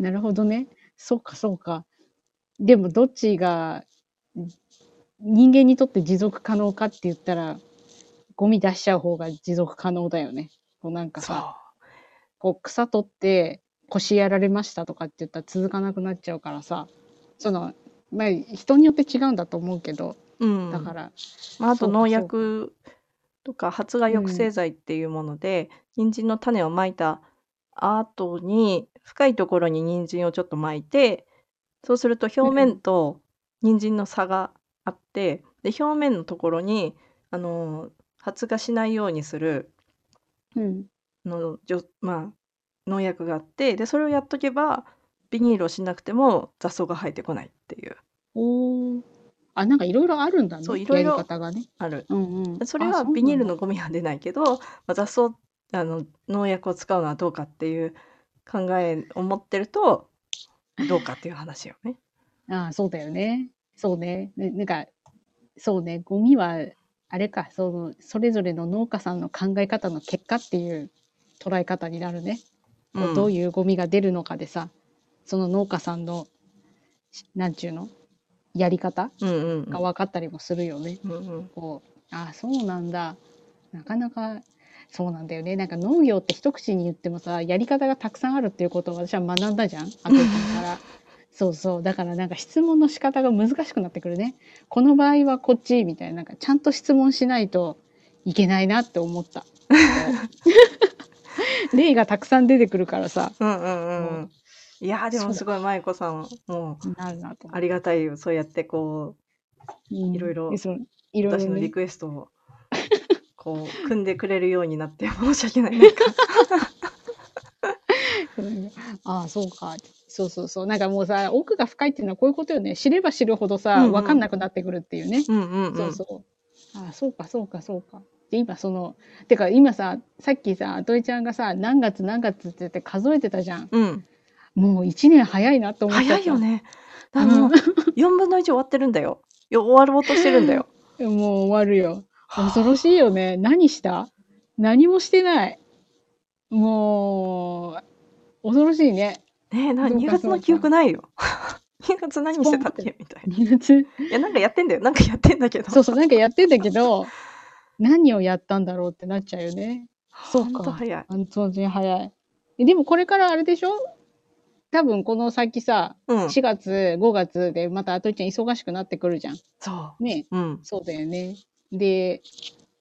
なるほどねそうかそうかでもどっちが人間にとって持続可能かって言ったらゴミ出しちゃう方が持続可能だよね。こうなんか
そ
さ
う。
こう草取って腰やられましたとかって言ったら続かなくなっちゃうからさそのまあ人によって違うんだと思うけど
う
だか
ん。
ら
まあ、あと
そうか
農
そうか。
薬とか発芽
う
抑制
ん
剤っていうもので人参の種をまいた後に深いところに人参をちょっとまいてそうすると
う
表面
ん
と人参の差があってで表面のところにあの発芽しないようにする
うん
のじょ、まあ、農薬があってでそれをやっとけばビニールをしなくても雑草が生えてこないっていう
おーあなんかいろいろあるんだ
そう
ね
いろ
や
い
り
ろ
方がね。
ある。
うんうん
それ
あ
は
そう
ビ
な
ニー
ん
ルの
だ。
ゴミは出ないけど、まあ、雑草あの農薬を使うのはどうかっていう考えを持ってるとどうかっていう話よ
(laughs)
ね。
ああそうだよね。そうねねなんかそうね、ゴミは、あれか、その、それぞれの農家さんの考え方の結果っていう捉え方になるね。
う、
こう、どうんいうゴミが出るのかでさ、その農家さんの、しなんちゅうの、やり方
うんう
が
ん
分かったりもするよね。
うんうんうん
こう、ああ、そうなんだ。なかなか、そうなんだよね。なんか農業って一口に言ってもさ、やり方がたくさんあるっていうことを私は学んだじゃん、あとちゃんから。そうそう。だからなんか質問の仕方が難しくなってくるね。この場合はこっち、みたいな、なんかちゃんと質問しないといけないなって思った。こう、例がたくさん出てくるからさ、
うんうんう
こ
んいやー
う、
でも
そう
すごい
か、
舞子さんもう
なるなと思
あ
っ
り
て。
がたいよそうやってこう
う
いろ
ん。
いろ
で、その、いろい
私
ろ
のリ
ね。
クエストをこう組んでくれるようになって申し訳ないなんか。
(laughs) ああ、そうか。そうそうそう。なんかもうさ、奥が深いっていうのはこういうことよね。知れば知るほど
う
さ、
ん
わ
う
かん
ん
なくなってくるっていうね。
うんうんう
そうんそう。ああ、そうか、そうか、そうか。で、今その、てか今さ、さっきさ、あといちゃんがさ、何月何月って言って数えてたじゃん。
うん
もう一年早いなと思っちゃ
早
っ
いよ
た。
ね。だから
う
も
ん。
う4分の1終わってるんだよ。よ終わろうとしてるん
(laughs)
だよ。
もう終わるよ。恐ろし
はい
よね。何した何もしてない。もう、恐ろしいね。
あねえな
そう
2
か、
月
そ
の
う
記
か。
憶ないよ。2月
ス
何し
ポ
て
ン
た
っ。
ってけみたいな。い
2月。
やなんかやってんだよ。なんかやってんだけど。
そうそう、なんかやってんだけど、何をやったんだろうってなっちゃうよね。そう
ほんと
か。
早い。
本当に早い。えでもこれからあれでしょ多分この先さ、
うん。
4月、5月でまたあといちゃん忙しくなってくるじゃん。
そ
ね。
う。うん。
そうだよね。で、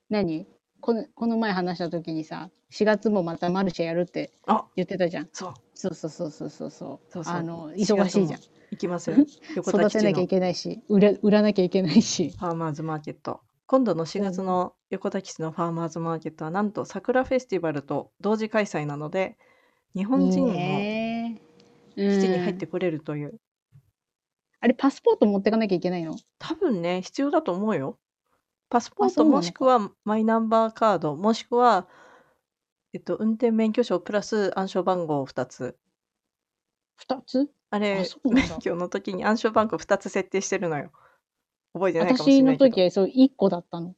何この、この前話した時にさ、4月もまたマルシェやるって
あ
言ってたじゃん。
そう。
そうそうそうそうそうそう。
そうそ
あ
う。
の、
4
忙
月
しいじゃん。
も行きますよ。横田
育
基
て
地
なきゃい
の
けないし、売れ、売らなきゃいけないし。
ファーマーズマーケット。今度の
そ
4
う
月
ね。
の横田基地のファーマーズマーケットはなんと桜フェスティバルと同時開催なので日
い
本
い
人も
ね。
基地に入
う
って
ん。
これるという
あれ、パスポート持ってかなきゃいけないの
多分ね必要だと思うよ。パスポ
あ、
ート
そう
も
な
し
の
く
か。
はマイナンバーカードもしくはえっと、運転免許証プラス暗証番号2つ。
二つ
あ
あ
れ、
そうなん
免
だ
許の時に暗証番号2つ設定してるのよ。覚えてないかもし
私
れな
の
いけど。
時はそう1個だったの。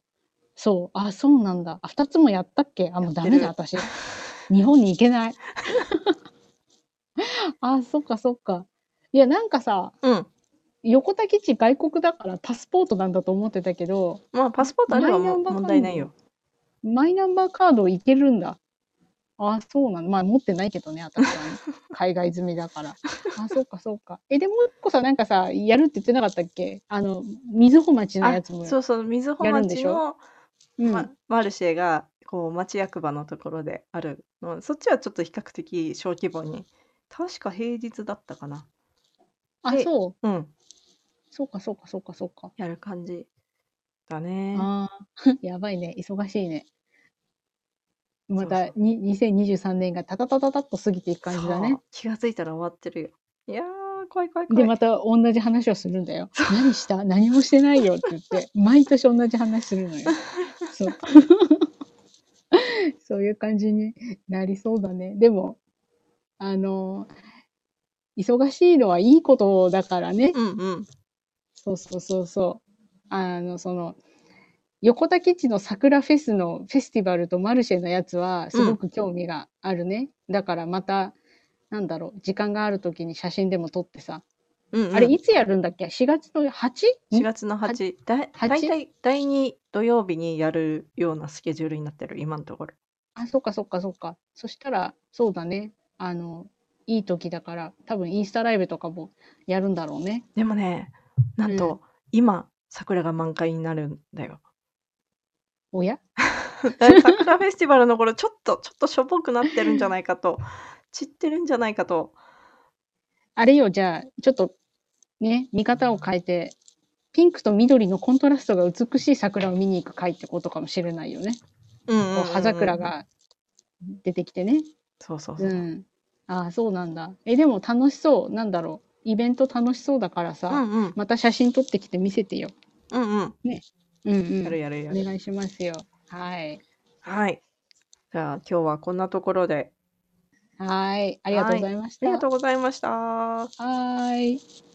そう。あ、そうなんだ。あ、2つもやったっけあ、もうダメだ、
やって
私。日本に行けない。 (laughs) あ、そっかそっか。いや、なんかさ、
うん。
横田基地外国だからパスポートなんだと思ってたけど、
まあ、パスポートあれば
マイナ
もう
ンバー
問題ないよ。
マイナンバーカードいけるんだ。あ、そうなんだ。まあ、持ってないけどね、私はね、
(laughs)
海外済みだから。あ、そっかそっか。え、でもう一個さ、なんかさ、やるって言ってなかったっけあの、瑞穂町の
あ
やつも。
そうそう、瑞穂
やるんで
町
しょ
の、
うん
まマルシェがこう町役場のところであるのそっちはちょっと比較的小規模に確か平日だったかな
あ、
で
そう。
うん
そうかそうかそうかそうか。
やる感じだね
ああ、 (laughs) やばいね。忙しいね。ま
そう
た
そう
に2023年がタタタタタっと過ぎていく感じだ
そ
ね
う。気がついたら終わってるよいやー怖い怖い怖
で、
い、
また同じ話をするんだよ。何した何もしてないよって言
(laughs)
って、毎年同じ話するのよ。そう。 (laughs) そういう感じになりそうだね。でも、あの、忙しいのはいいことだからね。
うんうん
そうそうそうそう。あの、その、横田基地の桜フェスのフェスティバルとマルシェのやつは、すごく興味があるね。だからまた、なんだろう、時間がある時に写真でも撮ってさ。
うんうん
あれ、いつやるんだっけ ?4 月の 8?
4月の8だ
八
大体第2土曜日にやるようなスケジュールになってる今のところ
あ、そっかそっかそっか。そしたら、そうだね。あの、いい時だから、多分インスタライブとかもやるんだろうね。
でもねなんと、今桜が満開になるんだよ
おや
だいぶ桜フェスティバルの頃ちょっとちょっとしょぼくなってるんじゃないか
(laughs)
と散ってるんじゃないかと
あれよ、じゃあ、ちょっと、ね、見方を変えて、ピンクと緑のコントラストが美しい桜を見に行く会ってことかもしれないよね。
うんうん
こ
う
うん
うん
葉桜が出てきてね。
そうそうそうう、
ん。ああ、そうなんだ。え、でも楽しそう。なんだろう。イベント楽しそうだから
う
さ、
んうん
また写真撮ってきて見せてよ。
うんうん
うん
や
う
る
ん。
やるや
お
る、
願いしますよ。はい。
はいじゃあ今日はこんなところで
はい。ありがとうございまし
あ
た。
りがとうございました
はーい。